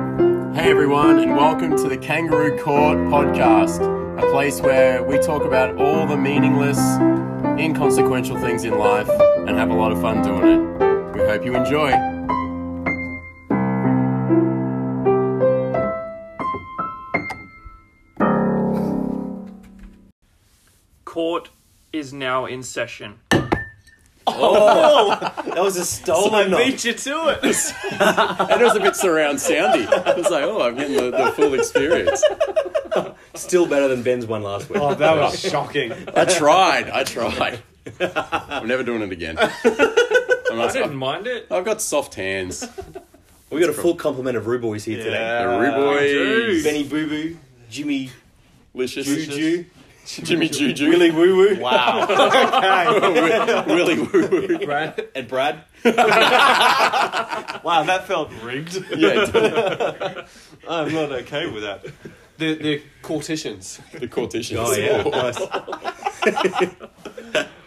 G'day, everyone, and welcome to the Kangaroo Court podcast, a place where we talk about all the meaningless, inconsequential things in life and have a lot of fun doing it. We hope you enjoy. Court is now in session. That was a stolen knock. you to it. And it was a bit surround soundy. It was like, oh, I'm getting the, the full experience. Still better than Ben's one last week. Oh, that was shocking. I tried. I tried. I'm never doing it again. I didn't mind it. I've got soft hands. we got a full complement of Roo boys here today. Roo boys. Benny Boo Boo, Jimmy Licious. Juju, Jimmy Juju. Willy Woo Woo, Wow. Willy Woo Woo. Brad. and Brad. Wow, that felt rigged. Yeah, I'm not okay with that. The the courticians. the courticians. Oh yeah, nice.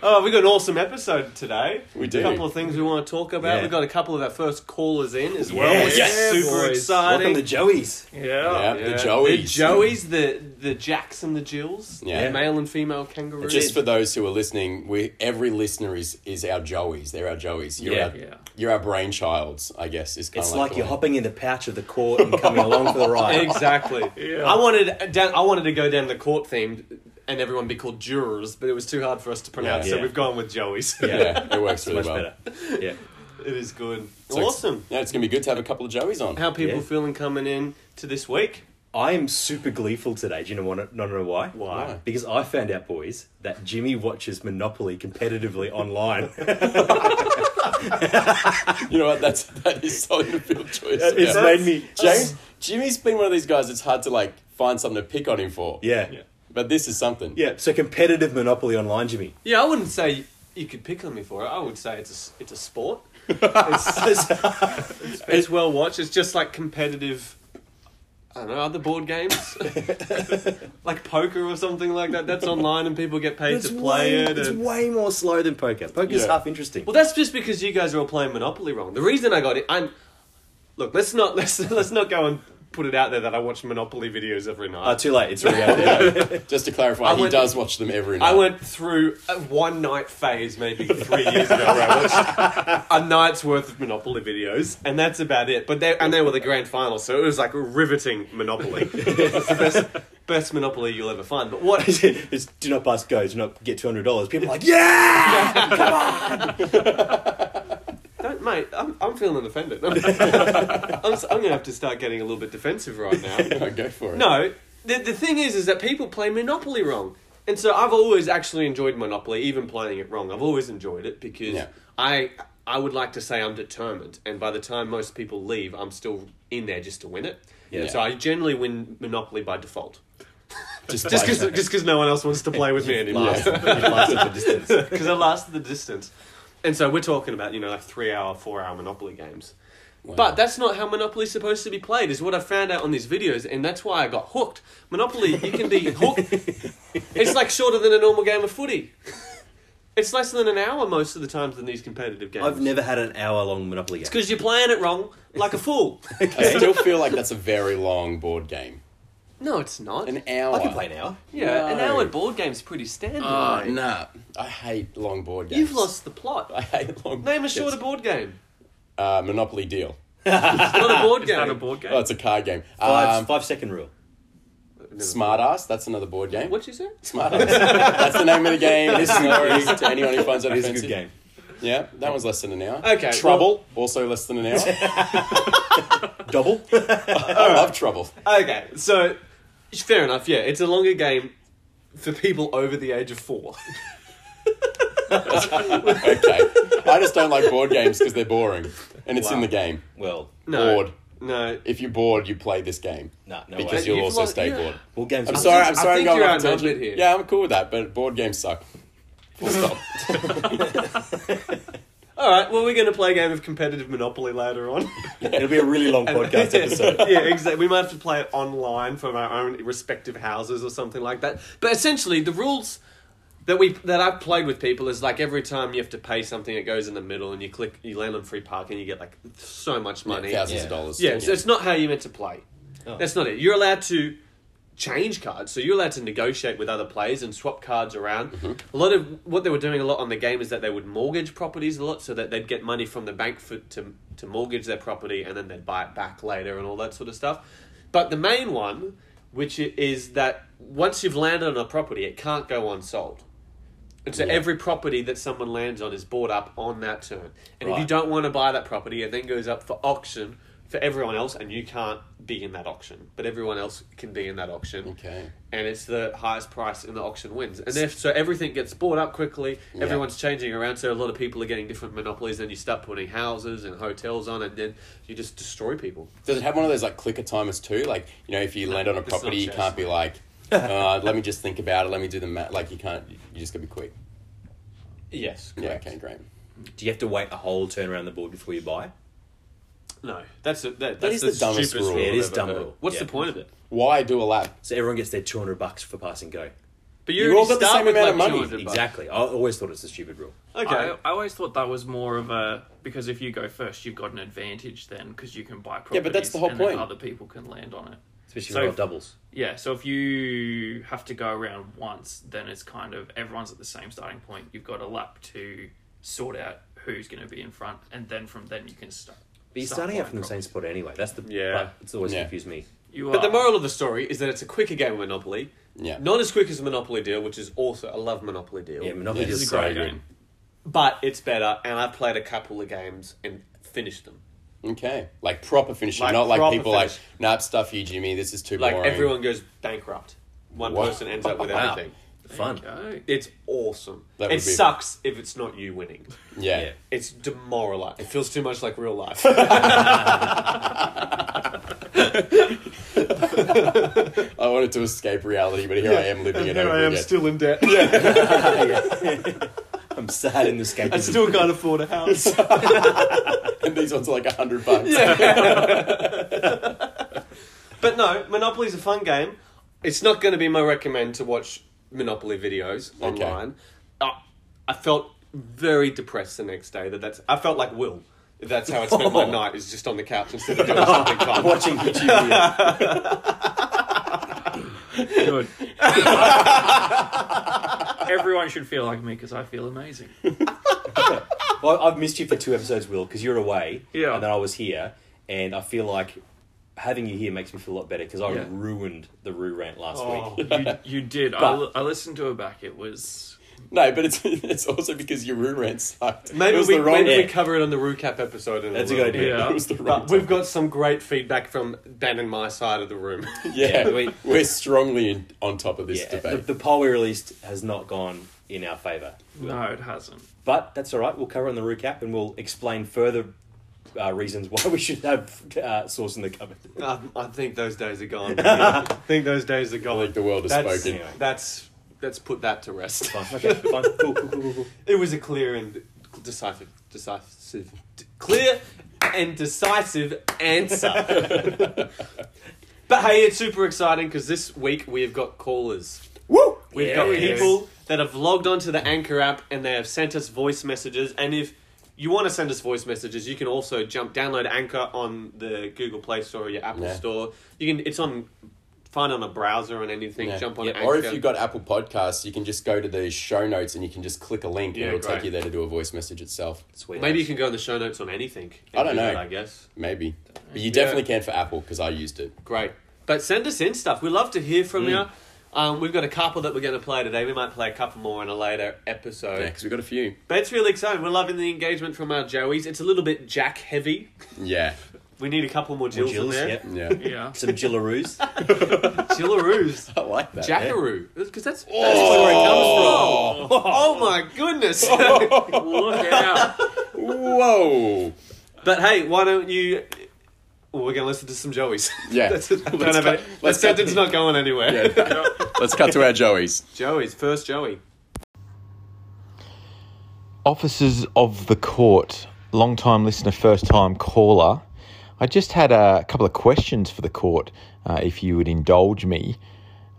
Oh, we got an awesome episode today. We do. A couple of things we want to talk about. Yeah. We've got a couple of our first callers in as well. Yes. which is Yes, super boys. Welcome exciting. to Joey's. Yeah. Yeah, the The Joeys. Joeys, the the Jacks and the Jills. Yeah. The male and female kangaroos. Just for those who are listening, we every listener is is our Joeys. They're our Joeys. You're Yeah. our Yeah. you're our brainchilds, I guess. Is kind It's of like you're the way- hopping in the pouch of the court and coming along for the ride. exactly. Yeah. I wanted down, I wanted to go down the court theme and everyone be called jurors, but it was too hard for us to pronounce, Yeah. so we've gone with Joey's. Yeah, it works really Much well. better. Yeah. It is good. So it's- awesome. Yeah, it's gonna be good to have a couple of Joeys on. How people Yeah. feeling coming in to this week? I am super gleeful today. Do you know what? Not know why? Why? Why? Because I found out, boys, that Jimmy watches Monopoly competitively online. you know what? That's that is so field choice. it's yeah. made me. James Jimmy's been one of these guys. It's hard to like find something to pick on him for. Yeah. yeah. But this is something. Yeah. So competitive Monopoly online, Jimmy. Yeah, I wouldn't say you could pick on me for it. I would say it's a, s- it's a sport. it's, it's, it's well watched. It's just like competitive. I don't know other board games, like poker or something like that. That's online and people get paid to play way, it. It's and- way more slow than poker. Poker's Yeah. half interesting. Well, that's just because you guys are all playing Monopoly wrong. The reason I got it, I'm look. Let's not let's let's not go and put it out there that I watch Monopoly videos every night. Ah, too late. It's already out there. Just to clarify, I he went- does watch them every night. I went through a one night phase maybe three years ago where I watched a night's worth of Monopoly videos, and that's about it. But they and they were the grand final, so it was like riveting Monopoly. it's the best best Monopoly you'll ever find. But what is it? it's do not pass go. Do not get two hundred dollars. People are like, yeah. Don't, mate, I'm, I'm feeling offended. I'm, I'm, s- I'm going to have to start getting a little bit defensive right now. No, go for it. No, the, the thing is, is that people play Monopoly wrong. And so I've always actually enjoyed Monopoly, even playing it wrong. I've always enjoyed it because Yeah. I I would like to say I'm determined. And by the time most people leave, I'm still in there just to win it. Yeah. So I generally win Monopoly by default. just Just like- because no one else wants to play with me anymore. Last, last at the distance. Because I lasted the distance. And so we're talking about, you know, like three hour, four hour Monopoly games. Wow. But that's not how Monopoly's supposed to be played, is what I found out on these videos, and that's why I got hooked. Monopoly, you can be hooked. it's like shorter than a normal game of footy. It's less than an hour most of the times than these competitive games. I've never had an hour long Monopoly game. Because you're playing it wrong, like a fool. I still feel like that's a very long board game. no, it's not. An hour. I could play an hour. yeah, an No. hour board game's pretty standard. Oh, mate. nah. I hate long board games. Uh, You've lost the plot. I hate long Name a board shorter games. board game. Uh, Monopoly deal. It's not a board game. Not a board game. Oh, it's a card game. Five, Um, five second rule. Smart ass. That's another board game. What'd you say? Smart ass. that's the name of the game. This is to anyone who finds it It's a offensive. good game. Yeah, that one's less than an hour. Okay, Trouble, also less than an hour. Double. I love Trouble. Okay, so it's fair enough. Yeah, it's a longer game for people over the age of four. Okay. I just don't like board games because they're boring. And it's in Wow. the game. well, No, Bored. no. If you're bored, you play this game. nah, no Because way. you'll You've also lost- stay yeah. bored. Well, games. I'm sorry. I'm I sorry. I'm think going you're off tangent. outnumbered here. Yeah, I'm cool with that, but board games suck. Full stop. All right. Well, we're going to play a game of competitive Monopoly later on. It'll be a really long podcast episode. yeah, exactly. We might have to play it online from our own respective houses or something like that. But essentially, the rules that we that I've played with people is like every time you have to pay something, it goes in the middle, and you click, you land on free parking, you get like so much money. Thousands Yeah. of dollars. Yeah, so it's not how you meant to play. That's not it. You're allowed to change cards, so you're allowed to negotiate with other players and swap cards around. A lot of what they were doing a lot on the game is that they would mortgage properties a lot, so that they'd get money from the bank for, to to mortgage their property and then they'd buy it back later and all that sort of stuff. But the main one, which i- is that once you've landed on a property, it can't go unsold. And so every property that someone lands on is bought up on that turn. And if you Right. don't want to buy that property, it then goes up for auction for everyone else, and you can't be in that auction. But everyone else can be in that auction. Okay. And it's the highest price in the auction wins. And if, so everything gets bought up quickly, everyone's changing around, so a lot of people are getting different monopolies, and you start putting houses and hotels on, and then you just destroy people. Does it have one of those like clicker timers too? Like you know, if you land on a it's property, not you chess. can't be like, uh, let me just think about it. Let me do the math. Like you can't. You just gotta be quick. Yes. Yeah. Okay. Great. Do you have to wait a whole turn around the board before you buy? No. That's, a, that, that's is the, the dumbest stupidest rule. rule. Yeah, it I've is ever dumb heard. rule. What's Yeah. the point of it? Why do a lap? So everyone gets their 200 bucks for passing go. But You all got the same amount of money. Exactly. I always thought it's a stupid rule. Okay. I, I always thought that was more of a because if you go first, you've got an advantage then because you can buy properties. Yeah, but that's the whole and then point. Other people can land on it. Especially So- when I've got doubles. Yeah, so if you have to go around once, then it's kind of everyone's at the same starting point. You've got a lap to sort out who's going to be in front, and then from then you can start. But you're start starting out buying from the same property. spot anyway. That's the Yeah. part that's always Yeah. confused me. You But the are- moral of the story is that it's a quicker game of Monopoly. Yeah. Not as quick as a Monopoly deal, which is also I love Monopoly deal. Yeah, Monopoly Yeah, is It's a so great good. game. But it's better, and I've played a couple of games and finished them. Okay. Like proper finishing, Like not like proper people finish. like, nah, stuff you, Jimmy. This is too Like boring. everyone goes bankrupt. One Wow. person ends up with Wow. everything. Fun. Okay. It's awesome. That It would be- sucks if it's not you winning. Yeah. Yeah. It's demoralized. It feels too much like real life. I wanted to escape reality, but here I am living it over again. in debt. Yeah. I'm sad in this game. I still can't afford a house. and these ones are like a hundred bucks. But no, Monopoly's a fun game. It's not going to be my recommend to watch Monopoly videos Okay. online. I, I felt very depressed the next day that that's. I felt like Will. That's how I spent my night is just on the couch instead of doing something fun. watching YouTube. videos. Good. Everyone should feel like me because I feel amazing. Well, I've missed you for two episodes, Will, because you're away. Yeah. And then I was here, and I feel like having you here makes me feel a lot better because I Yeah. ruined the Rue rant last Oh. week. You, you did. I, li- I listened to it back. It was. No, but it's it's also because your room rent sucked. it Maybe was we, the wrong. maybe we Yeah. cover it on the recap episode. In That's a little good bit. idea. Yeah. It was the wrong. But we've got some great feedback from Dan and my side of the room. Yeah, Yeah, we- we, are strongly in, on top of this Yeah. The, debate. the poll we released has not gone in our favour. No, it hasn't. But that's all right. We'll cover it on the recap and we'll explain further uh, reasons why we should have uh, sauce in the cupboard. I, I think those days are gone. I think those days are I think gone. the world has That's, spoken. anyway. that's, that's put that to rest. Fine. Okay. Fine. Cool. Cool. Cool. Cool. cool. It was a clear and decisive, decisive, d- clear and decisive answer. but hey, it's super exciting because this week we have got callers. Woo! We've Yeah, got we do. people that have logged onto the Anchor app and they have sent us voice messages. And if you want to send us voice messages, you can also jump download Anchor on the Google Play Store or your Apple Yeah. Store. You can it's on find on a browser and anything. Yeah. Jump on Yeah, Anchor. Or if you've got Apple Podcasts, you can just go to the show notes and you can just click a link Yeah, and it'll take great. you there to do a voice message itself. Sweet. Maybe you can go in the show notes on anything. I don't and do know. that, I guess. Maybe. But you definitely can for Apple because I used it. Great. But send us in stuff. We love to hear from Mm. you. Um, we've got a couple that we're going to play today. We might play a couple more in a later episode. Yeah, because we got a few. But it's really exciting. We're loving the engagement from our Joeys. It's a little bit Jack heavy. Yeah. We need a couple more Jills, Jills, in there. yep. Yeah. Yeah. Some Jillaroos. Jillaroos. I like that. Jackaroo. Because that's, that's where it comes from. Oh my goodness. Look out. Whoa! but hey, why don't you. Well, we're going to listen to some Joeys. Yeah. That's it. Don't Let's have go- any- That let's go- sentence not going anywhere. Yeah. Let's cut to our Joeys. Joeys. First Joey. Officers of the court, long time listener, first time caller. I just had a couple of questions for the court, uh, if you would indulge me.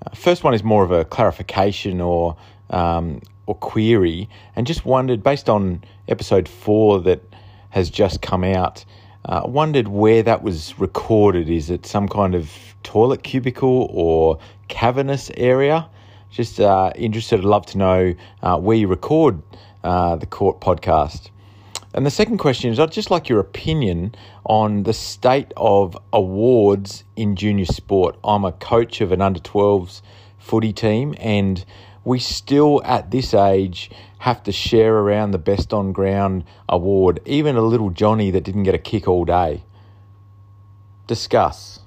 Uh, first one is more of a clarification or um, or query, and just wondered based on episode four that has just come out, Uh, wondered where that was recorded. Is it some kind of toilet cubicle or cavernous area? Just uh, interested. I'd love to know uh, where you record uh, the court podcast. And the second question is I'd just like your opinion on the state of awards in junior sport. I'm a coach of an under 12s footy team, and we still, at this age, have to share around the best on ground award, even a little Johnny that didn't get a kick all day. Discuss.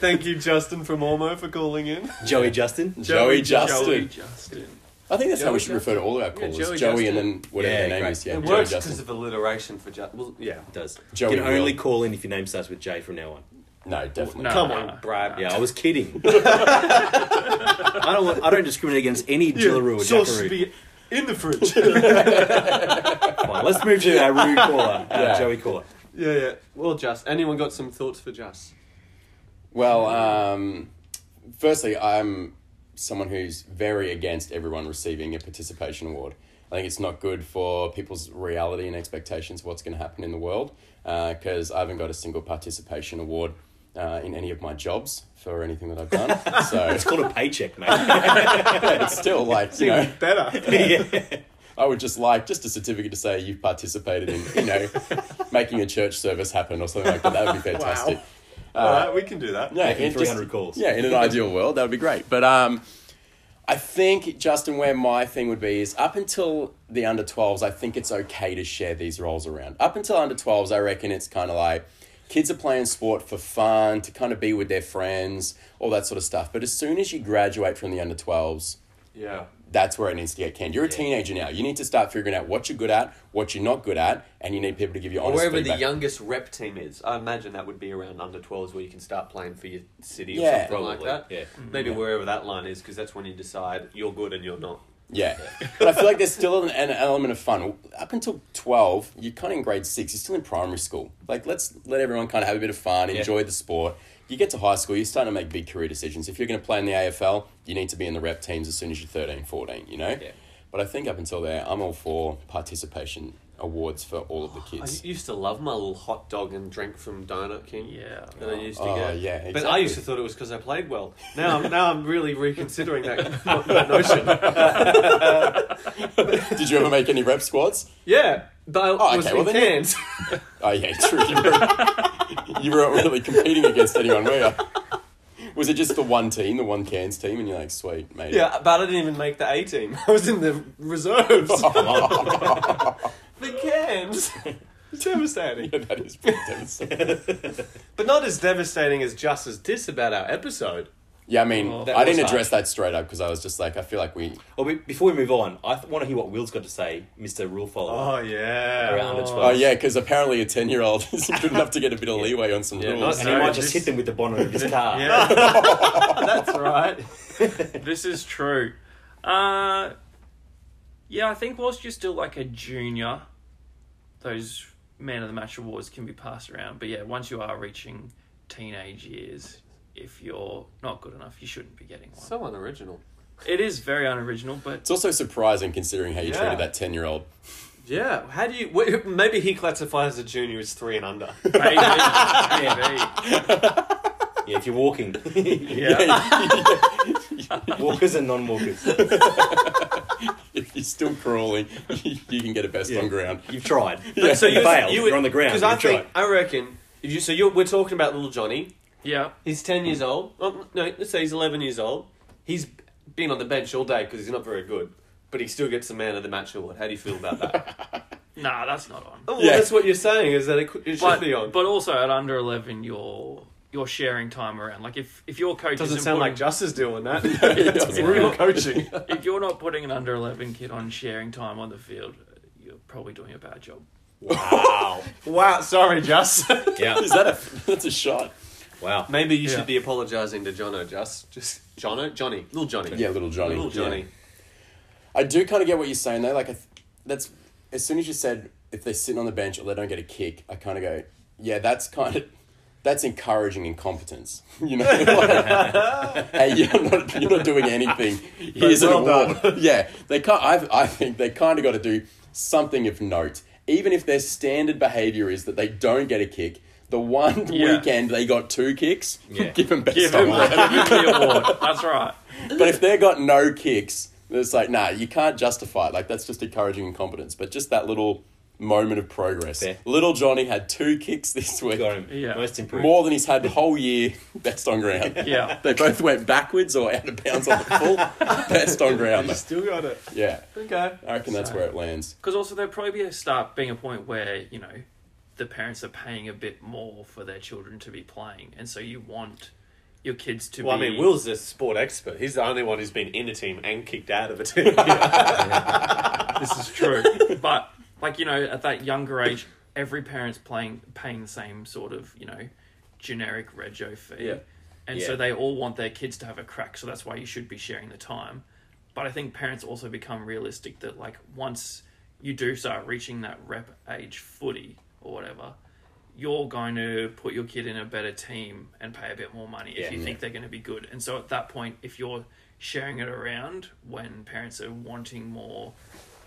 Thank you, Justin from Ormo, for calling in. Joey Justin. Joey Justin. Joey Justin. I think that's how Joey we should refer to all of our callers. Joey Joey, and then whatever Yeah, their name great. is. Yeah, it Joey works Justin. because of alliteration for Justin. Well, yeah. It does. Joey you can only will. call in if your name starts with J from now on. No, definitely. No, Come no, on, no, Brad. no. Yeah, I was kidding. I don't. Want, I don't discriminate against any Jillaroo or Sauce Jackaroo. be in the fridge. Fine, let's move to our Roo caller, our Yeah. Joey caller. yeah, yeah. Well, Just, anyone got some thoughts for Just? Well, um, firstly, I'm someone who's very against everyone receiving a participation award. I think it's not good for people's reality and expectations of what's going to happen in the world because I haven't got a single participation award uh, in any of my jobs for anything that I've done. so It's called a paycheck, mate. it's still like, you know, Better. yeah. I would just like just a certificate to say you've participated in, you know, making a church service happen or something like that. That would be fantastic. All right, we can do that. Yeah, Making it 300 calls. Yeah, in an ideal world, that would be great. But um, I think Justin, where my thing would be is up until the under 12s, I think it's okay to share these roles around. Up until under 12s, I reckon it's kind of like kids are playing sport for fun to kind of be with their friends, all that sort of stuff. But as soon as you graduate from the under 12s, Yeah. that's where it needs to get canned. You're a teenager now. You need to start figuring out what you're good at, what you're not good at, and you need people to give you honest Wherever feedback. the youngest rep team is, I imagine that would be around under 12s where you can start playing for your city or Yeah. Mm. something Probably, like that. yeah. Maybe wherever that line is because that's when you decide you're good and you're not. Yeah. but I feel like there's still an, an element of fun. Up until 12, you're kind of in grade six, you're still in primary school. Like, let's let everyone kind of have a bit of fun, enjoy the sport. You get to high school, you're starting to make big career decisions. If you're going to play in the AFL, you need to be in the rep teams as soon as you're 13, 14, you know? Yeah. But I think up until there, I'm all for participation awards for all of the I kids. used to love my little hot dog and drink from Donut King. Yeah. That I used to Oh, get. yeah, But I exactly. used to thought it was because I played well. Now, I'm, now I'm really reconsidering that, that notion. Did you ever make any rep squads? Yeah, but I Oh, okay, was well in then- cans. Oh, yeah, true. You weren't, you weren't really competing against anyone, were you? Was it just the one team, the one Cairns team, and you're like, sweet, mate? yeah, but I didn't even make the A team. I was in the reserves. the cans. Devastating. Yeah, that is pretty devastating. But not as devastating as just as this about our episode. Yeah, I mean, that I didn't was address that straight up because I was just like, I feel like we. Well, be- before we move on, I th- want to hear what Will's got to say, Mr. Rule Follower. Oh, yeah. around at 12. Oh yeah, because apparently a ten year old is good enough to get a bit of leeway on some rules. and no, he might this- just hit them with the bonnet of his car. Yeah. That's right. This is true. Uh, yeah, I think whilst you're still like a junior, those man of the match awards can be passed around. But yeah, once you are reaching teenage years, if you're not good enough, you shouldn't be getting one. So unoriginal. it is very unoriginal, but It's also surprising considering how you Yeah. treated that ten year old. Yeah. How do you. wh- Maybe he classifies a junior as three and under. maybe, maybe. Yeah, if you're walking. yeah, Walkers and non-walkers. If you're still crawling, you can get a best on ground. You've tried. Yeah. So you You- failed. You would- are on the ground. Because You've I tried. think, I reckon, if you, so you're, we're talking about little Johnny. yeah. He's 10 years old. Well, no, let's say he's 11 years old. He's been on the bench all day because he's not very good, but he still gets the man of the match award. How do you feel about that? Nah, that's not on. oh, well, Yeah. that's what you're saying is that it, could, it should But, be on. but also at under eleven, you're you're sharing time around. Like if if your coach doesn't isn't sound like putting- Just is doing that. It's it's real not. coaching. if you're not putting an under eleven kid on sharing time on the field, you're probably doing a bad job. Wow. wow, sorry, Just. yeah. Is that a that's a shot? Wow. Maybe you Yeah. should be apologising to Jono, Just. Just Jono? Johnny. Little Johnny. Yeah, little Johnny. Little Johnny. Yeah. I do kind of get what you're saying though. Like, I th- that's as soon as you said if they're sitting on the bench or they don't get a kick, I kind of go, yeah, that's kind of that's encouraging incompetence. You know, Like, hey, you're not you're not doing anything. Here's an well award. yeah, they can't. I I think they kind of got to do something of note. even if their standard behavior is that they don't get a kick, the one Yeah. weekend they got two kicks, Yeah. give them best Give him, award. give him the award. That's right. But if they got no kicks, it's like, nah, you can't justify it. Like, that's just encouraging incompetence. But just that little moment of progress. Fair. Little Johnny had two kicks this week, Got him. Yeah. Most improved. more than he's had the whole year, best on ground. Yeah. They both went backwards or out of bounds on the full. Best on ground. You still got it. Yeah. Okay. I reckon that's where it lands. Because also there'll probably be a start being a point where you know the parents are paying a bit more for their children to be playing, and so you want your kids to Well, I be. mean, Will's a sport expert. He's the only one who's been in a team and kicked out of a team. this is true, but like you know, at that younger age, every parent's playing paying the same sort of you know generic rego fee, Yeah. and Yeah. so they all want their kids to have a crack. So that's why you should be sharing the time. But I think parents also become realistic that like once you do start reaching that rep age footy or whatever, you're going to put your kid in a better team and pay a bit more money if Yeah. you think they're going to be good. And so at that point, if you're sharing it around when parents are wanting more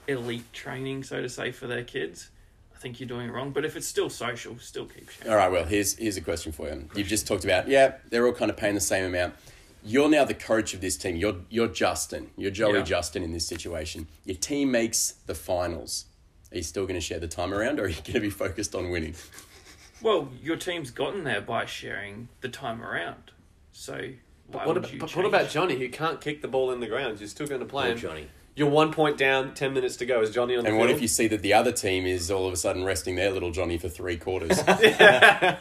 elite training, so to say, for their kids, I think you're doing it wrong. But if it's still social, still keep sharing. All right, well, here's, here's a question for you. You've just talked about, yeah, they're all kind of paying the same amount. You're now the coach of this team. You're, you're Justin. You're Joey Yeah. Justin in this situation. Your team makes the finals. Are you still going to share the time around or are you going to be focused on winning? Well, your team's gotten there by sharing the time around. So why What would about, you but change? what about Johnny who can't kick the ball in the ground? You're still going to play Poor him. Johnny. You're one point down, ten minutes to go. Is Johnny on the And what field? if you see that the other team is all of a sudden resting their little Johnny for three quarters? Nah,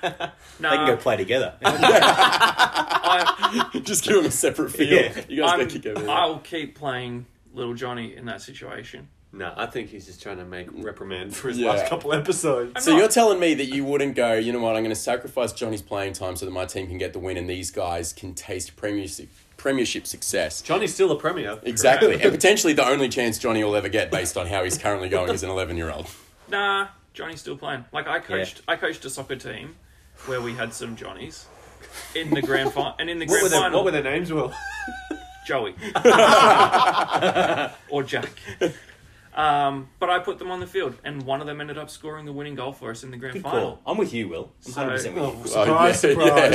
They can go play together. I, just give them a separate field. Yeah. You guys I'm, better kick over there. I'll keep playing little Johnny in that situation. No, I think he's just trying to make reprimand for his Yeah. last couple episodes. So not- you're telling me that you wouldn't go, you know what, I'm going to sacrifice Johnny's playing time so that my team can get the win and these guys can taste premiership, premiership success. Johnny's still a premier. Exactly. and potentially the only chance Johnny will ever get based on how he's currently going as an 11 year old. Nah, Johnny's still playing. Like I coached, I coached a soccer team where we had some Johnnies in the grand final, and in the What were, grand their, final, what were their names, Will? Joey or Jack. Um, but I put them on the field, and one of them ended up scoring the winning goal for us in the grand Good final. call. I'm with you, Will. I'm So- 100% with you. Oh, Surprise, surprise.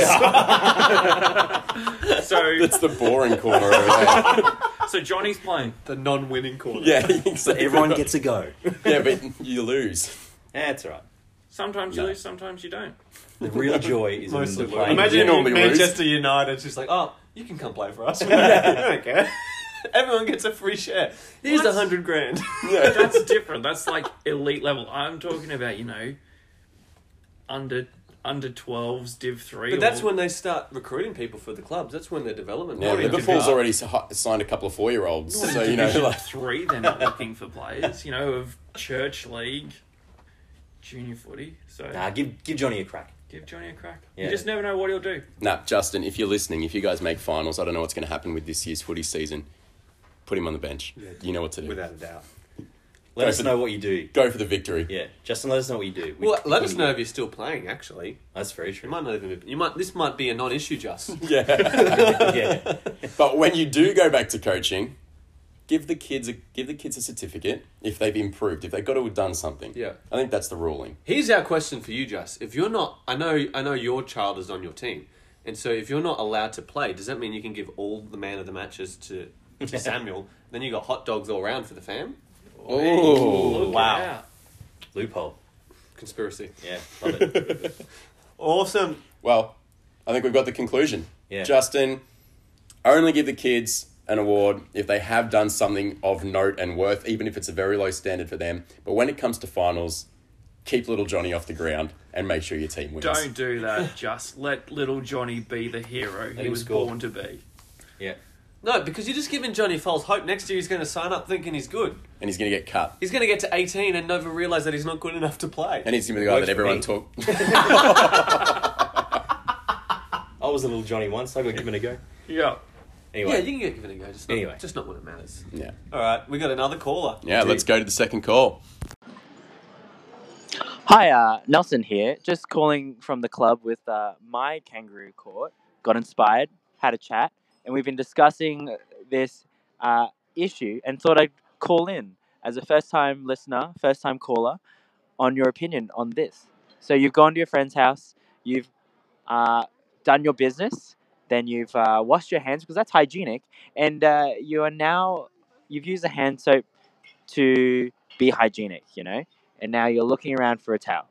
So, That's the boring corner over there. so Johnny's playing. The non-winning corner. Yeah, exactly. Everyone gets a go. Yeah, but you lose. That's all right. Sometimes you No. lose, sometimes you don't. The real joy is in Mostly the lose. play. Imagine Yeah. Normally lose. Manchester United's just like, oh, you can come play for us. okay. Everyone gets a free share. Here's a What? hundred grand. Yeah. That's different. That's like elite level. I'm talking about you know under under 12s, Div three. But that's or- when they start recruiting people for the clubs. That's when their development. Yeah, program Liverpool's starts. already si- signed a couple of four year olds. So, you know, Division like, three, they're not looking for players, you know, of church league, junior footy. So Nah, give, give Johnny a crack. give Johnny a crack. Yeah. You just never know what he'll do. nah, Justin, if you're listening, if you guys make finals, I don't know what's going to happen with this year's footy season. Put him on the bench. You know what to do. without a doubt. Let Go us for- know what you do. Go for the victory. Yeah, Justin, let us know what you do. We- Well, let us we- know if you're still playing. Actually, That's very you true. might not even. Be, you might. This might be a non-issue, just. Yeah. yeah. but when you do go back to coaching, give the kids a give the kids a certificate if they've improved, if they've got to have done something. Yeah. I think that's the ruling. Here's our question for you, Just. If you're not, I know, I know your child is on your team, and so if you're not allowed to play, does that mean you can give all the man of the matches to, to Samuel? Then you got hot dogs all around for the fam. Oh, Look wow. out. Loophole. Conspiracy. Yeah, love it. Awesome. Well, I think we've got the conclusion. Yeah. Justin, only give the kids an award if they have done something of note and worth, even if it's a very low standard for them. But when it comes to finals, keep little Johnny off the ground and make sure your team wins. Don't do that. Just let little Johnny be the hero he him was score. born to be. yeah. No, because you're just giving Johnny Foles hope. Next year he's going to sign up thinking he's good. And he's going to get cut. He's going to get to 18 and never realise that he's not good enough to play. And he's going to be the guy Works that for everyone me. talk. I was a little Johnny once. I got given a go. Yeah. yeah, Anyway, you can get given a go. Just not, Anyway. just not when it matters. yeah. All right, we got another caller. Yeah, let's go to the second call. Hi, uh, Nelson here. Just calling from the club with uh, my kangaroo court. Got inspired, had a chat, and we've been discussing this uh, issue and thought I'd call in as a first time listener, first time caller on your opinion on this. So you've gone to your friend's house, you've uh, done your business, then you've uh, washed your hands because that's hygienic, and uh, you are now you've used the hand soap to be hygienic, you know, and now you're looking around for a towel,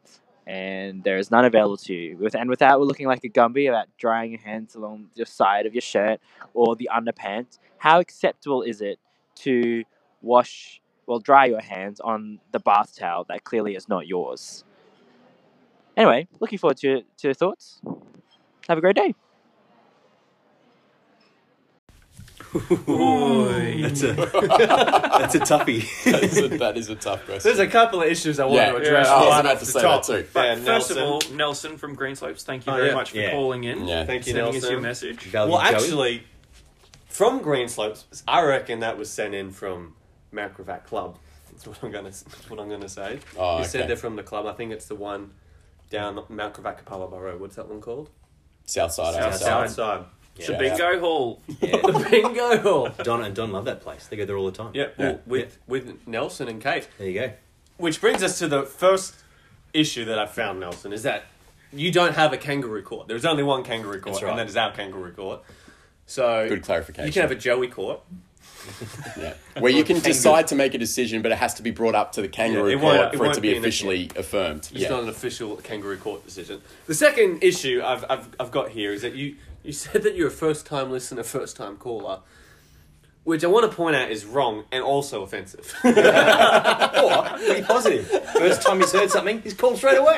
and there is none available to you. With and without looking like a Gumby about drying your hands along the side of your shirt or the underpants, how acceptable is it to wash? Well, dry your hands on the bath towel that clearly is not yours. Anyway, looking forward to, to your thoughts. Have a great day. That's a that's a toughie. that, is a, that is a tough question. There's a couple of issues I want yeah, to yeah, Oh, address. I was one about off to the say top. that too. But Yeah, first of Nelson. all, Nelson from Green Slopes, thank you Oh, very yeah. much for Yeah. calling in. Yeah. Thank you, Sending us your Nelson. message. Value Well, Joey. actually, from Green Slopes, I reckon that was sent in from Macrovac Club. That's what I'm gonna. That's what I'm gonna say. Oh, you okay. said they're from the club. I think it's the one down Mount Kravakapala Borough. What's that one called? South side, South outside. side. Outside. The Yeah. bingo hall. Yeah. Bingo hall. Don and Don love that place. They go there all the time. Yeah, well, with with Nelson and Kate. There you go. Which brings us to the first issue that I found, Nelson, is that you don't have a kangaroo court. There's only one kangaroo court, That's right. and that is our kangaroo court. So Good clarification. You can have a Joey court. Yeah. Where you can Kangaroo. decide to make a decision, but it has to be brought up to the kangaroo Yeah, it won't- court it for it won't to be be an officially affirmed. It's Yeah. not an official kangaroo court decision. The second issue I've, I've, I've got here is that you, you said that you're a first time listener, first time caller, which I want to point out is wrong and also offensive. Or be positive. First time he's heard something, he's called straight away.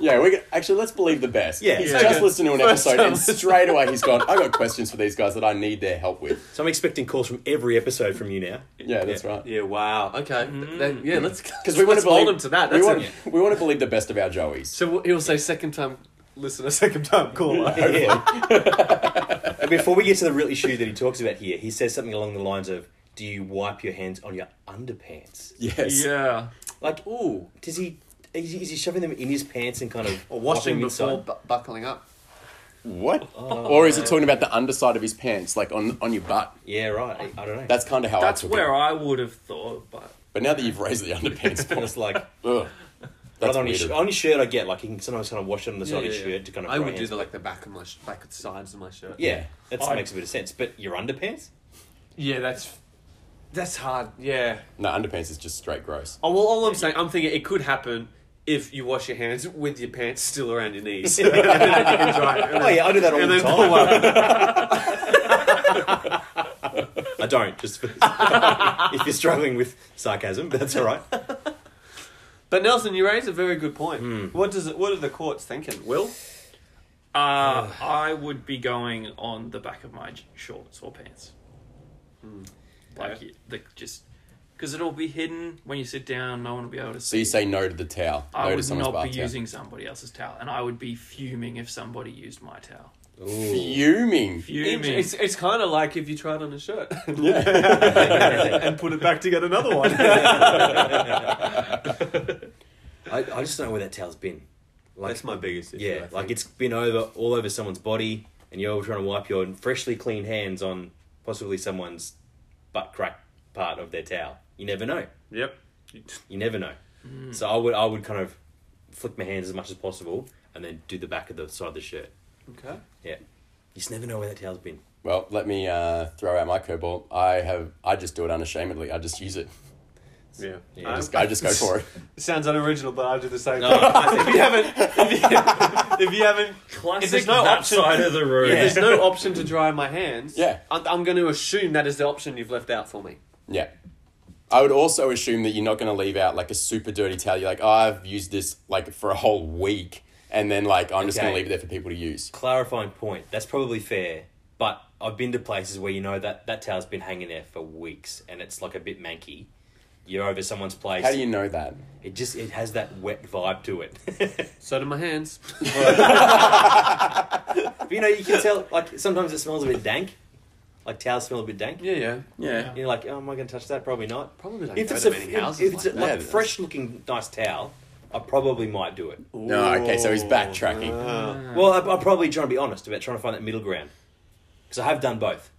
Yeah, we actually let's believe the best. Yeah. he's Yeah. just listened to an First episode time and straight away he's gone. I got questions for these guys that I need their help with. so I'm expecting calls from every episode from you now. Yeah, that's right. yeah, wow. Okay. Th- that- yeah, let's, Because Mm. we want let's to believe hold him to that. We That's want, it. we want to believe the best of our Joeys. So he'll say second time listener, second time caller. Yeah. And Before we get to the real issue that he talks about here, he says something along the lines of, "Do you wipe your hands on your underpants?" Yes. Yeah. Like, ooh, does he? Is he, is he shoving them in his pants and kind of Or washing before inside? bu- buckling up. What? Oh, or is he talking about the underside of his pants, like on on your butt? Yeah, right. I, I don't know. That's kind of how I That's took where it. I would have thought, but But now that you've raised the underpants point, It's like ugh, that's But on, his, weirder. sh- on his shirt, I get like he can sometimes kind of wash it on the side of his shirt to kind of. I dry would do hands. the, like the back of my sh- back of the sides of my shirt. Yeah, that I- makes a bit of sense. But your underpants? Yeah, that's that's hard. Yeah. No, underpants is just straight gross. Oh well, all I'm saying, I'm thinking it could happen if you wash your hands with your pants still around your knees. And then you can dry it. Oh yeah, I do that all And the then time. pull up. I don't. Just for, if you're struggling with sarcasm, that's all right. But Nelson, you raise a very good point. What does it, what are the courts thinking? Will uh, I would be going on the back of my j- shorts or pants. Hmm. Like, you- the, just because it'll be hidden when you sit down, no one will be able to So see. you say no to the towel. I no to would someone's not bath be towel. using somebody else's towel, and I would be fuming if somebody used my towel. fuming. Fuming. it's it's kind of like if you tried on a shirt I, and put it back to get another one. I just don't know where that towel's been. Like, That's my biggest issue. I yeah, think. like it's been over all over someone's body, and you're trying to wipe your freshly clean hands on possibly someone's butt crack part of their towel. You never know. yep. You never know. Hmm. So I would I would kind of flick my hands as much as possible and then do the back of the side of the shirt. Okay. Yeah. You just never know where that towel's been. Well, let me uh, throw out my curveball. I have. I just do it unashamedly. I just use it. Yeah. Yeah, I- just I just go for it. Um, Sounds unoriginal, but I do the same. No, thing. I think- if you haven't, if you, if you haven't, Classic if there's no that option- side of the room. if there's no option to dry my hands, Yeah. I'm, I'm going to assume that is the option you've left out for me. Yeah. I would also assume that you're not going to leave out like a super dirty towel. You're like, oh, I've used this like for a whole week, and then like I'm just going to Okay. leave it there for people to use. Clarifying point. That's probably fair, but I've been to places where you know that that towel's been hanging there for weeks and it's like a bit manky. You're over someone's place. How do you know that? It just it has that wet vibe to it. So do my hands. but you know, you can tell like sometimes it smells a bit dank. Like towels smell a bit dank. yeah, yeah. Yeah. You're like, oh, am I going to touch that? Probably not. Probably don't if go it's to a, many if- houses if it's a, like like that. fresh looking nice towel, I probably might do it. No, okay, so he's backtracking. Well, I, I'm probably trying to be honest about trying to find that middle ground because I have done both.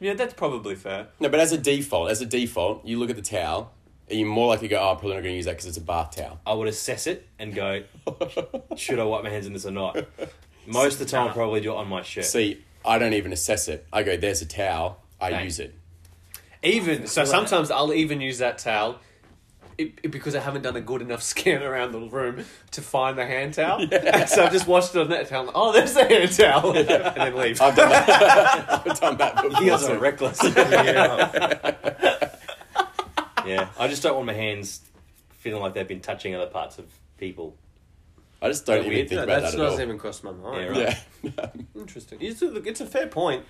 Yeah, that's probably fair. No, but as a default, as a default, you look at the towel, Are you more likely to go, oh, I'm probably not going to use that because it's a bath towel? I would assess it and go, should I wipe my hands in this or not? Most of the time, I probably do it on my shirt. See, I don't even assess it. I go, there's a towel. I use it. Even so, sometimes I'll even use that towel. It, it- because I haven't done a good enough scan around the room to find the hand towel, so I've just washed it on that towel. like, oh, there's the hand towel, and then leave. I've done that. I've done that before. You guys too. are reckless. yeah. I just don't want my hands feeling like they've been touching other parts of people. I just don't even weird? think No, about that's that at not all. even crossed my mind. Yeah, right. Yeah. Interesting. It's a, look, it's a fair point.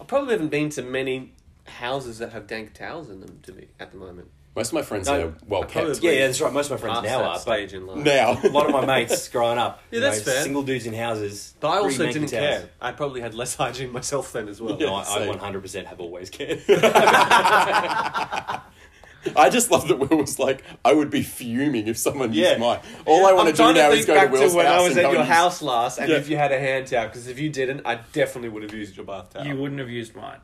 I probably haven't been to many houses that have dank towels in them to me at the moment. Most of my friends No, are well kept. probably- Yeah, yeah, that's right. Most of my friends Past now that are, but stage in life. Now. a lot of my mates growing up, Yeah, you that's know, fair. single dudes in houses. But I three also naked didn't towels. care. I probably had less hygiene myself then as well. No, Yeah. I, I Same. 100% have always cared. I just love that Will was like, I would be fuming if someone Yeah. used mine. All I want to do now is go to Will's when house I was and at go your and use- house last, and Yeah. if you had a hand towel, because if you didn't, I definitely would have used your bath towel. You wouldn't have used mine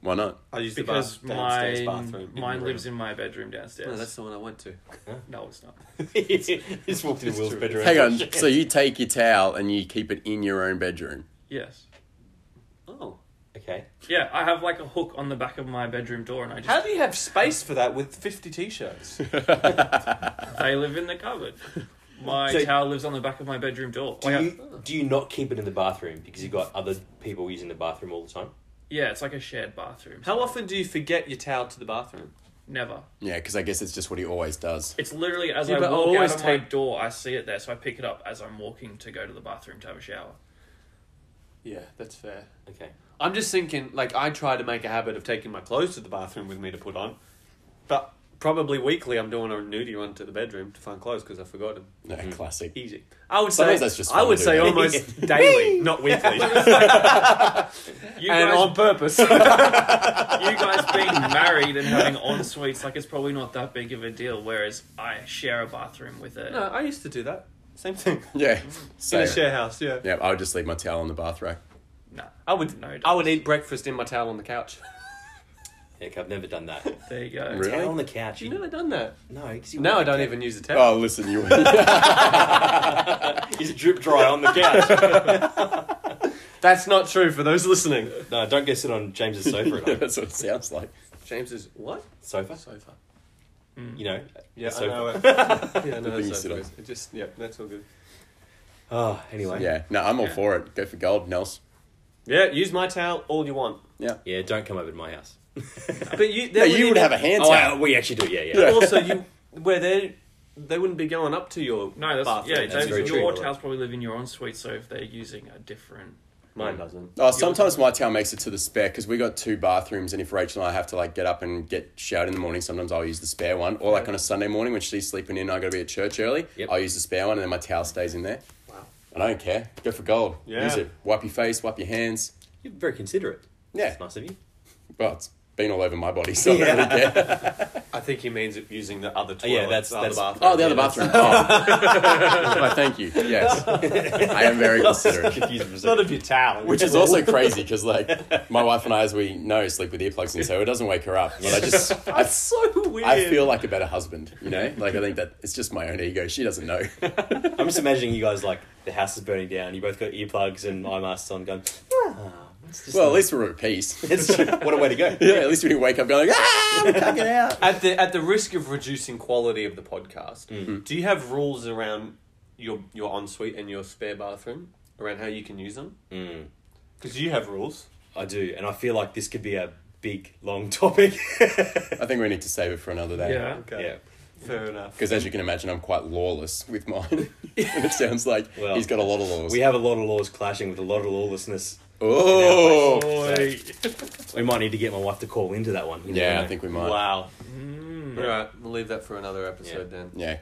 Why not? I used because the bath, downstairs mine bathroom. mine lives in my bedroom downstairs. No, that's the one I went to. No, it's not. just walked into Will's bedroom. Hang on. So you take your towel and you keep it in your own bedroom. Yes. Oh, Okay. Yeah, I have like a hook on the back of my bedroom door, and I just how do you have space for that with fifty t-shirts? they live in the cupboard. My So- towel lives on the back of my bedroom door. Do Like, I- you, do you not keep it in the bathroom because you've got other people using the bathroom all the time? yeah, it's like a shared bathroom. How often do you forget your towel to the bathroom? Never. Yeah, because I guess it's just what he always does. It's literally as Yeah, I but walk I always out of my take- door, I see it there, so I pick it up as I'm walking to go to the bathroom to have a shower. Yeah, that's fair. Okay. I'm just thinking, like, I try to make a habit of taking my clothes to the bathroom with me to put on, but probably weekly I'm doing a nudie run to the bedroom to find clothes because I forgot them. No, classic. Easy. I would say Sometimes that's just I fun would to do say that. almost daily, not weekly, You and guys, on purpose. you guys being married and having en suites, like it's probably not that big of a deal. Whereas I share a bathroom with a no, I used to do that. Same thing. Yeah. In a So, share house, yeah. yeah, I would just leave my towel on the bath rack. Nah, I would No, it I would eat breakfast in my towel on the couch. Heck, I've never done that. there you go. Really? Towel on the couch. You never done that. No, because Now I don't even use a towel. Oh, listen, you. yeah, He's drip dry on the couch. That's not true for those listening. no, don't go sit on James's sofa at night. that's what it sounds like. James is what? Sofa? Sofa. You know? Yeah, I sofa. know it. Yeah, no, thing you that's sit so on. good. It just yeah, that's all good. Oh, anyway. Yeah. No, I'm all Yeah. for it. Go for gold, Nels. Yeah, use my towel all you want. Yeah, don't come over to my house. But you, No, you would have a hand oh, I- towel. we actually do. Yeah, yeah. Yeah. also you where they they wouldn't be going up to your No, that's bathroom. yeah. That's David, very true. your towels probably live in your ensuite, so if they're using a different, mine doesn't. Oh, sometimes my towel makes it to the spare because we got two bathrooms, and if Rachel and I have to like get up and get showered in the morning, sometimes I'll use the spare one. Or like on a Sunday morning when she's sleeping in, I got to be at church early. Yep. I'll use the spare one, and then my towel stays in there. Wow. I don't care. Go for gold. Yeah. Use it. Wipe your face. Wipe your hands. You're very considerate. Yeah. That's nice of you. Well, it's been all over my body, so I don't Yeah. really care. I think he means it using the other toilet. yeah, that's- the other that's- bathroom. Oh, the other Yeah, bathroom. Oh. Well, thank you. Yes, I am very considerate. Confused for a that's- Not second. of your towel, Which is also crazy because, like, my wife and I, as we know, sleep with earplugs in, so it doesn't wake her up. But I just, I, that's so weird. I feel like a better husband, you know? Like, I think that it's just my own ego. She doesn't know. I'm just imagining you guys like the house is burning down. You both got earplugs and eye masks on, going. "Ah, it's just Well, at nice." least we're at peace. It's true. What a way to go. Yeah, at least we didn't wake up going, ah, we can't get out. at the at the risk of reducing quality of the podcast. Mm-hmm. Do you have rules around your your ensuite and your spare bathroom around how you can use them? Mm, Because you have rules. I do, and I feel like this could be a big, long topic. I think we need to save it for another day. yeah. Okay. yeah. Fair enough. Because as you can imagine, I'm quite lawless with mine. and it sounds like Well, he's got a lot of laws. We have a lot of laws clashing with a lot of lawlessness. oh, Boy. We might need to get my wife to call into that one. You never yeah, I know. think we might. Wow. Mm. All right, we'll leave that for another episode then. Yeah.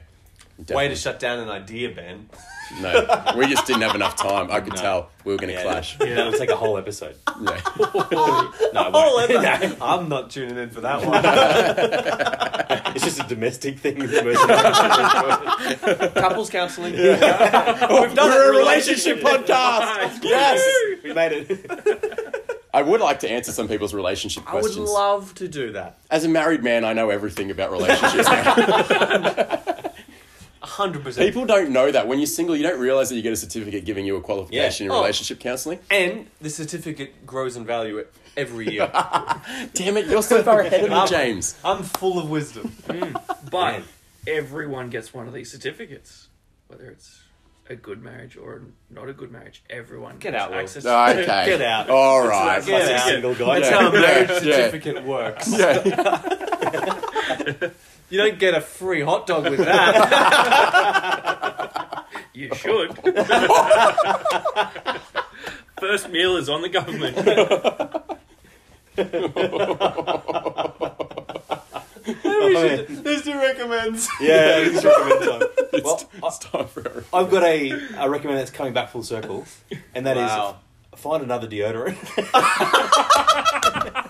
Way to Definitely. shut down an idea, Ben. No, we just didn't have enough time. I could No. tell we were going to Yeah, clash. that- That'll take a whole episode. Yeah. No, it Oh, won't. No, Emma, I'm not tuning in for that one. it's just a domestic thing. with the Couples counselling. We've done it, a relationship podcast. Nice. Yes. we made it. I would like to answer some people's relationship I would questions. love to do that. As a married man, I know everything about relationships. now. hundred percent. People don't know that. When you're single, you don't realize that you get a certificate giving you a qualification Yeah. in Oh. relationship counseling. And the certificate grows in value every year. Damn it, you're so far ahead of me, Um, James. I'm full of wisdom. But Man. everyone gets one of these certificates, whether it's a good marriage or not a good marriage. Everyone Get gets out, Will. access. to Okay. Get out. All right. Get Classic out. single guy. That's Yeah. how a marriage Yeah. certificate works. Yeah. You don't get a free hot dog with that. You should. First meal is on the government. This recommends. Yeah, it's recommend time. Well, It's time for our- I've got a, a recommend that's coming back full circle, and that is Wow. find another deodorant.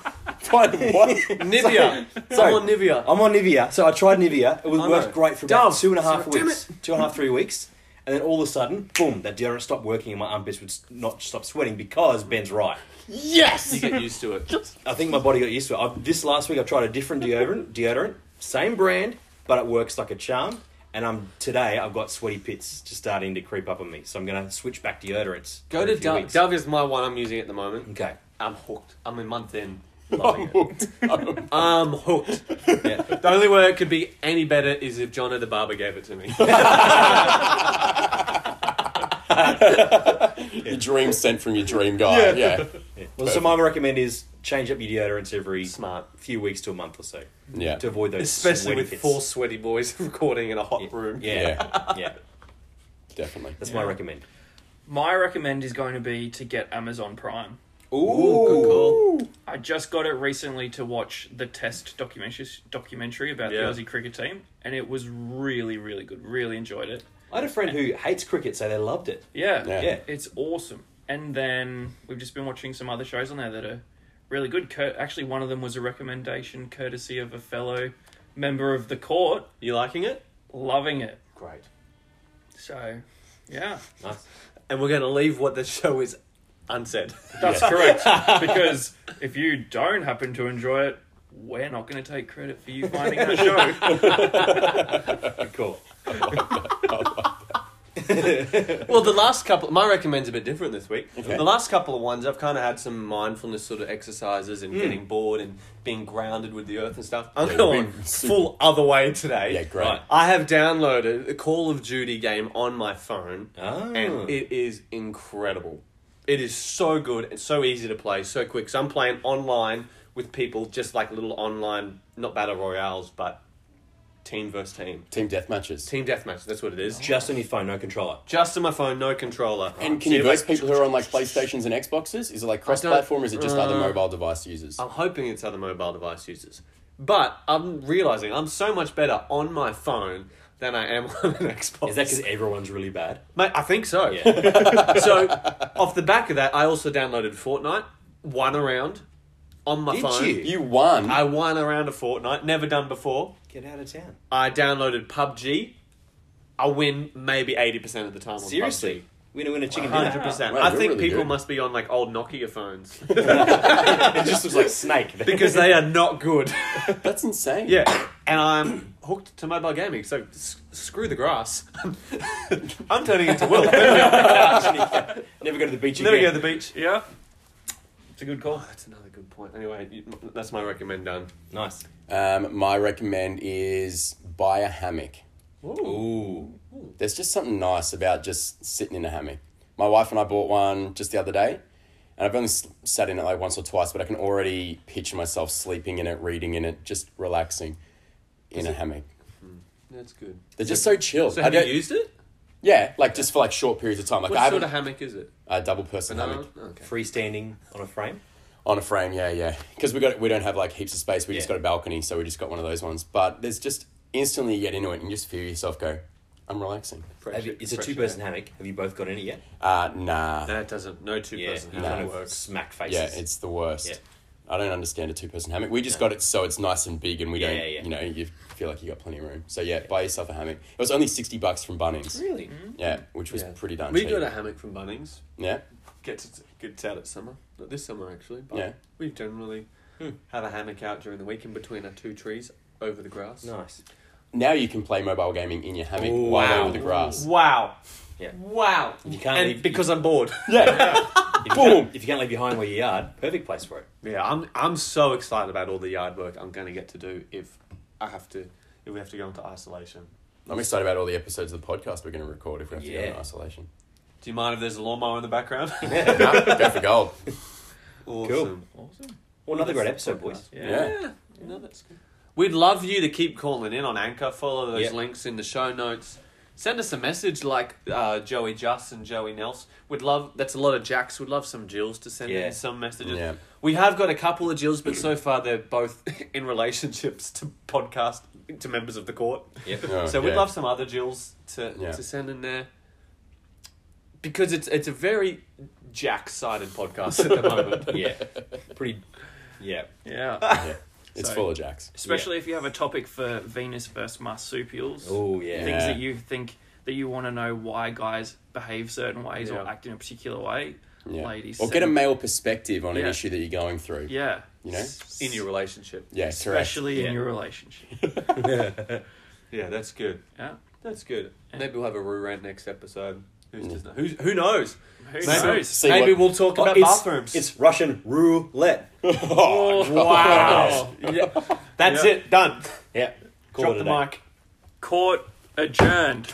Fine, what? Nivea. Sorry. Someone Nivea. I'm on Nivea, so I tried Nivea. It was I worked know. great for about Dove. two and a half Sorry, damn weeks, two and a half three weeks, and then all of a sudden, boom! That deodorant stopped working, and my armpits would s- not stop sweating because Ben's right. Yes! Get used to it. I think my body got used to it. I've, this last week, I've tried a different deodorant, deodorant, same brand, but it works like a charm. And I'm today, I've got sweaty pits just starting to creep up on me, so I'm gonna switch back deodorants. Go every to few Dove. weeks. Dove is my one I'm using at the moment. Okay. I'm hooked. I'm a month in. I'm Loving it. hooked. I'm- I'm hooked. Yeah. The only way it could be any better is if John at the barber gave it to me. Your dream sent from your dream guy. Yeah. Yeah. Well, so my recommend is change up your deodorants every Smart. few weeks to a month or so to avoid those Especially sweaty with pits. four sweaty boys recording in a hot room. Yeah, yeah, Yeah, yeah. definitely. That's my recommend. My recommend is going to be to get Amazon Prime. Ooh, good call. I just got it recently to watch the Test documentary documentary about Yeah. the Aussie cricket team, and it was really, really good. Really enjoyed it. I had a friend who hates cricket, so they loved it. Yeah, Yeah. Yeah. it's awesome. And then we've just been watching some other shows on there that are really good. Cur- actually, one of them was a recommendation courtesy of a fellow member of the court, You liking it? loving it. Great. So, yeah, Nice. And we're going to leave what the show is unsaid. that's correct. Because if you don't happen to enjoy it, we're not going to take credit for you finding that show. Cool. well, the last couple, my recommend's a bit different this week. Okay. The last couple of ones, I've kind of had some mindfulness sort of exercises and getting bored and being grounded with the earth and stuff. I'm Hmm. Yeah, going we've been super- full other way today. Yeah, great. Right. I have downloaded a Call of Duty game on my phone, Oh. Hmm. and it is incredible. It is so good and so easy to play, so quick. So I'm playing online with people, just like little online, not battle royales, but team versus team, Team death matches. team deathmatch. That's what it is. Just on your phone, no controller. Just on my phone, no controller. And can So you like- verse people who are on like PlayStations and Xboxes? Is it like cross platform or is it just Uh, other mobile device users? I'm hoping it's other mobile device users. But I'm realizing I'm so much better on my phone than I am on an Xbox. Is that because everyone's really bad? Mate, I think so. so, off the back of that, I also downloaded Fortnite, won a round on my Did phone. you? You won. I won a round of Fortnite, never done before. Get out of town. I downloaded PUBG. I win maybe 80% of the time on PUBG. Seriously. We're going to win a chicken Hundred dinner. percent. Wow, I you're think really people good. must be on like old Nokia phones It just was like snake. because they are not good. That's insane. Yeah, and I'm hooked to mobile gaming. So s- screw the grass. I'm turning into Will. never go to the beach Never go to again. the beach. Oh, yeah, it's a good call. That's another good point. Anyway, you- that's my recommend done. Nice. Um, my recommend is buy a hammock. Ooh. There's just something nice about just sitting in a hammock. My wife and I bought one just the other day, and I've only s- sat in it like once or twice, but I can already picture myself sleeping in it, reading in it, just relaxing in a hammock. That's good. They're just so chill. So I have you don't- used it? Yeah, like just for like short periods of time. Like I What have sort of a hammock is it? double person Banana? hammock Okay. Freestanding on a frame. on a frame. Yeah, yeah. Because we got we don't have like heaps of space. We just Yeah. got a balcony, so we just got one of those ones. But there's just instantly you get into it and you just feel yourself go, I'm relaxing. Fresh- Have you- it's a fresh two person hammock. Have you both got in it yet? Uh, nah. air. No, it doesn't. No two Yeah. person You hammock kind of works. smack faces. Yeah, it's the worst. Yeah. I don't understand a two person hammock. We just got it so it's nice and big, and we Yeah, don't, yeah, yeah. you know, you feel like you got plenty of room. So yeah, buy yourself a hammock. It was only sixty bucks from Bunnings. Really? Yeah, which was Yeah. pretty darn We cheap. got a hammock from Bunnings. yeah, Gets it, gets out at summer. Not this summer actually, but Yeah. we generally have a hammock out during the week in between our two trees over the grass. Nice. now you can play mobile gaming in your hammock Ooh, while wow. over the grass. Wow. Yeah. Wow. You can't and leave- because I'm bored. Yeah, If you Boom. can't- If you can't leave your hind where you yard, perfect place for it. Yeah, I'm I'm so excited about all the yard work I'm going to get to do if I have to if we have to go into isolation. I'm excited about all the episodes of the podcast we're going to record if we have to go in Yeah. isolation. Do you mind if there's a lawnmower in the background? no, go for gold. awesome. Awesome. Well, another great That's the episode, boys. podcast. Yeah. Yeah. No, that's good. We'd love you to keep calling in on Anchor. Follow those Yep. links in the show notes. Send us a message like uh, Joey Just and Joey Nels. We'd love that's a lot of Jacks. We'd love some Jills to send Yeah. in some messages. Yeah. We have got a couple of Jills, but so far they're both in relationships to podcast to members of the court. Yep. Oh, so we'd yeah. love some other Jills to Yeah. to send in there. Because it's it's a very Jack sided podcast at the moment. yeah. Pretty. Yeah. Yeah. Yeah. It's So- full of jacks. Especially if you have a topic for Venus versus marsupials. Oh yeah. Things Yeah. that you think that you want to know why guys behave certain ways or Yeah. act in a particular way. Yeah. Ladies. Or get a male perspective on an Yeah. issue that you're going through. Yeah, Yeah. You know? In your relationship. yeah correct. Especially in Yeah. your relationship. Yeah, that's good. Yeah. That's good. Yeah. Maybe we'll have a re-rant next episode. Who's Yeah. just, who's, who knows? Who Maybe- knows? Mm. See Maybe what- we'll talk Oh, about it's, bathrooms. It's Russian roulette. Oh, wow. Yeah. That's Yeah. it. Done. Yeah. Call Drop it a the day. mic. Court adjourned.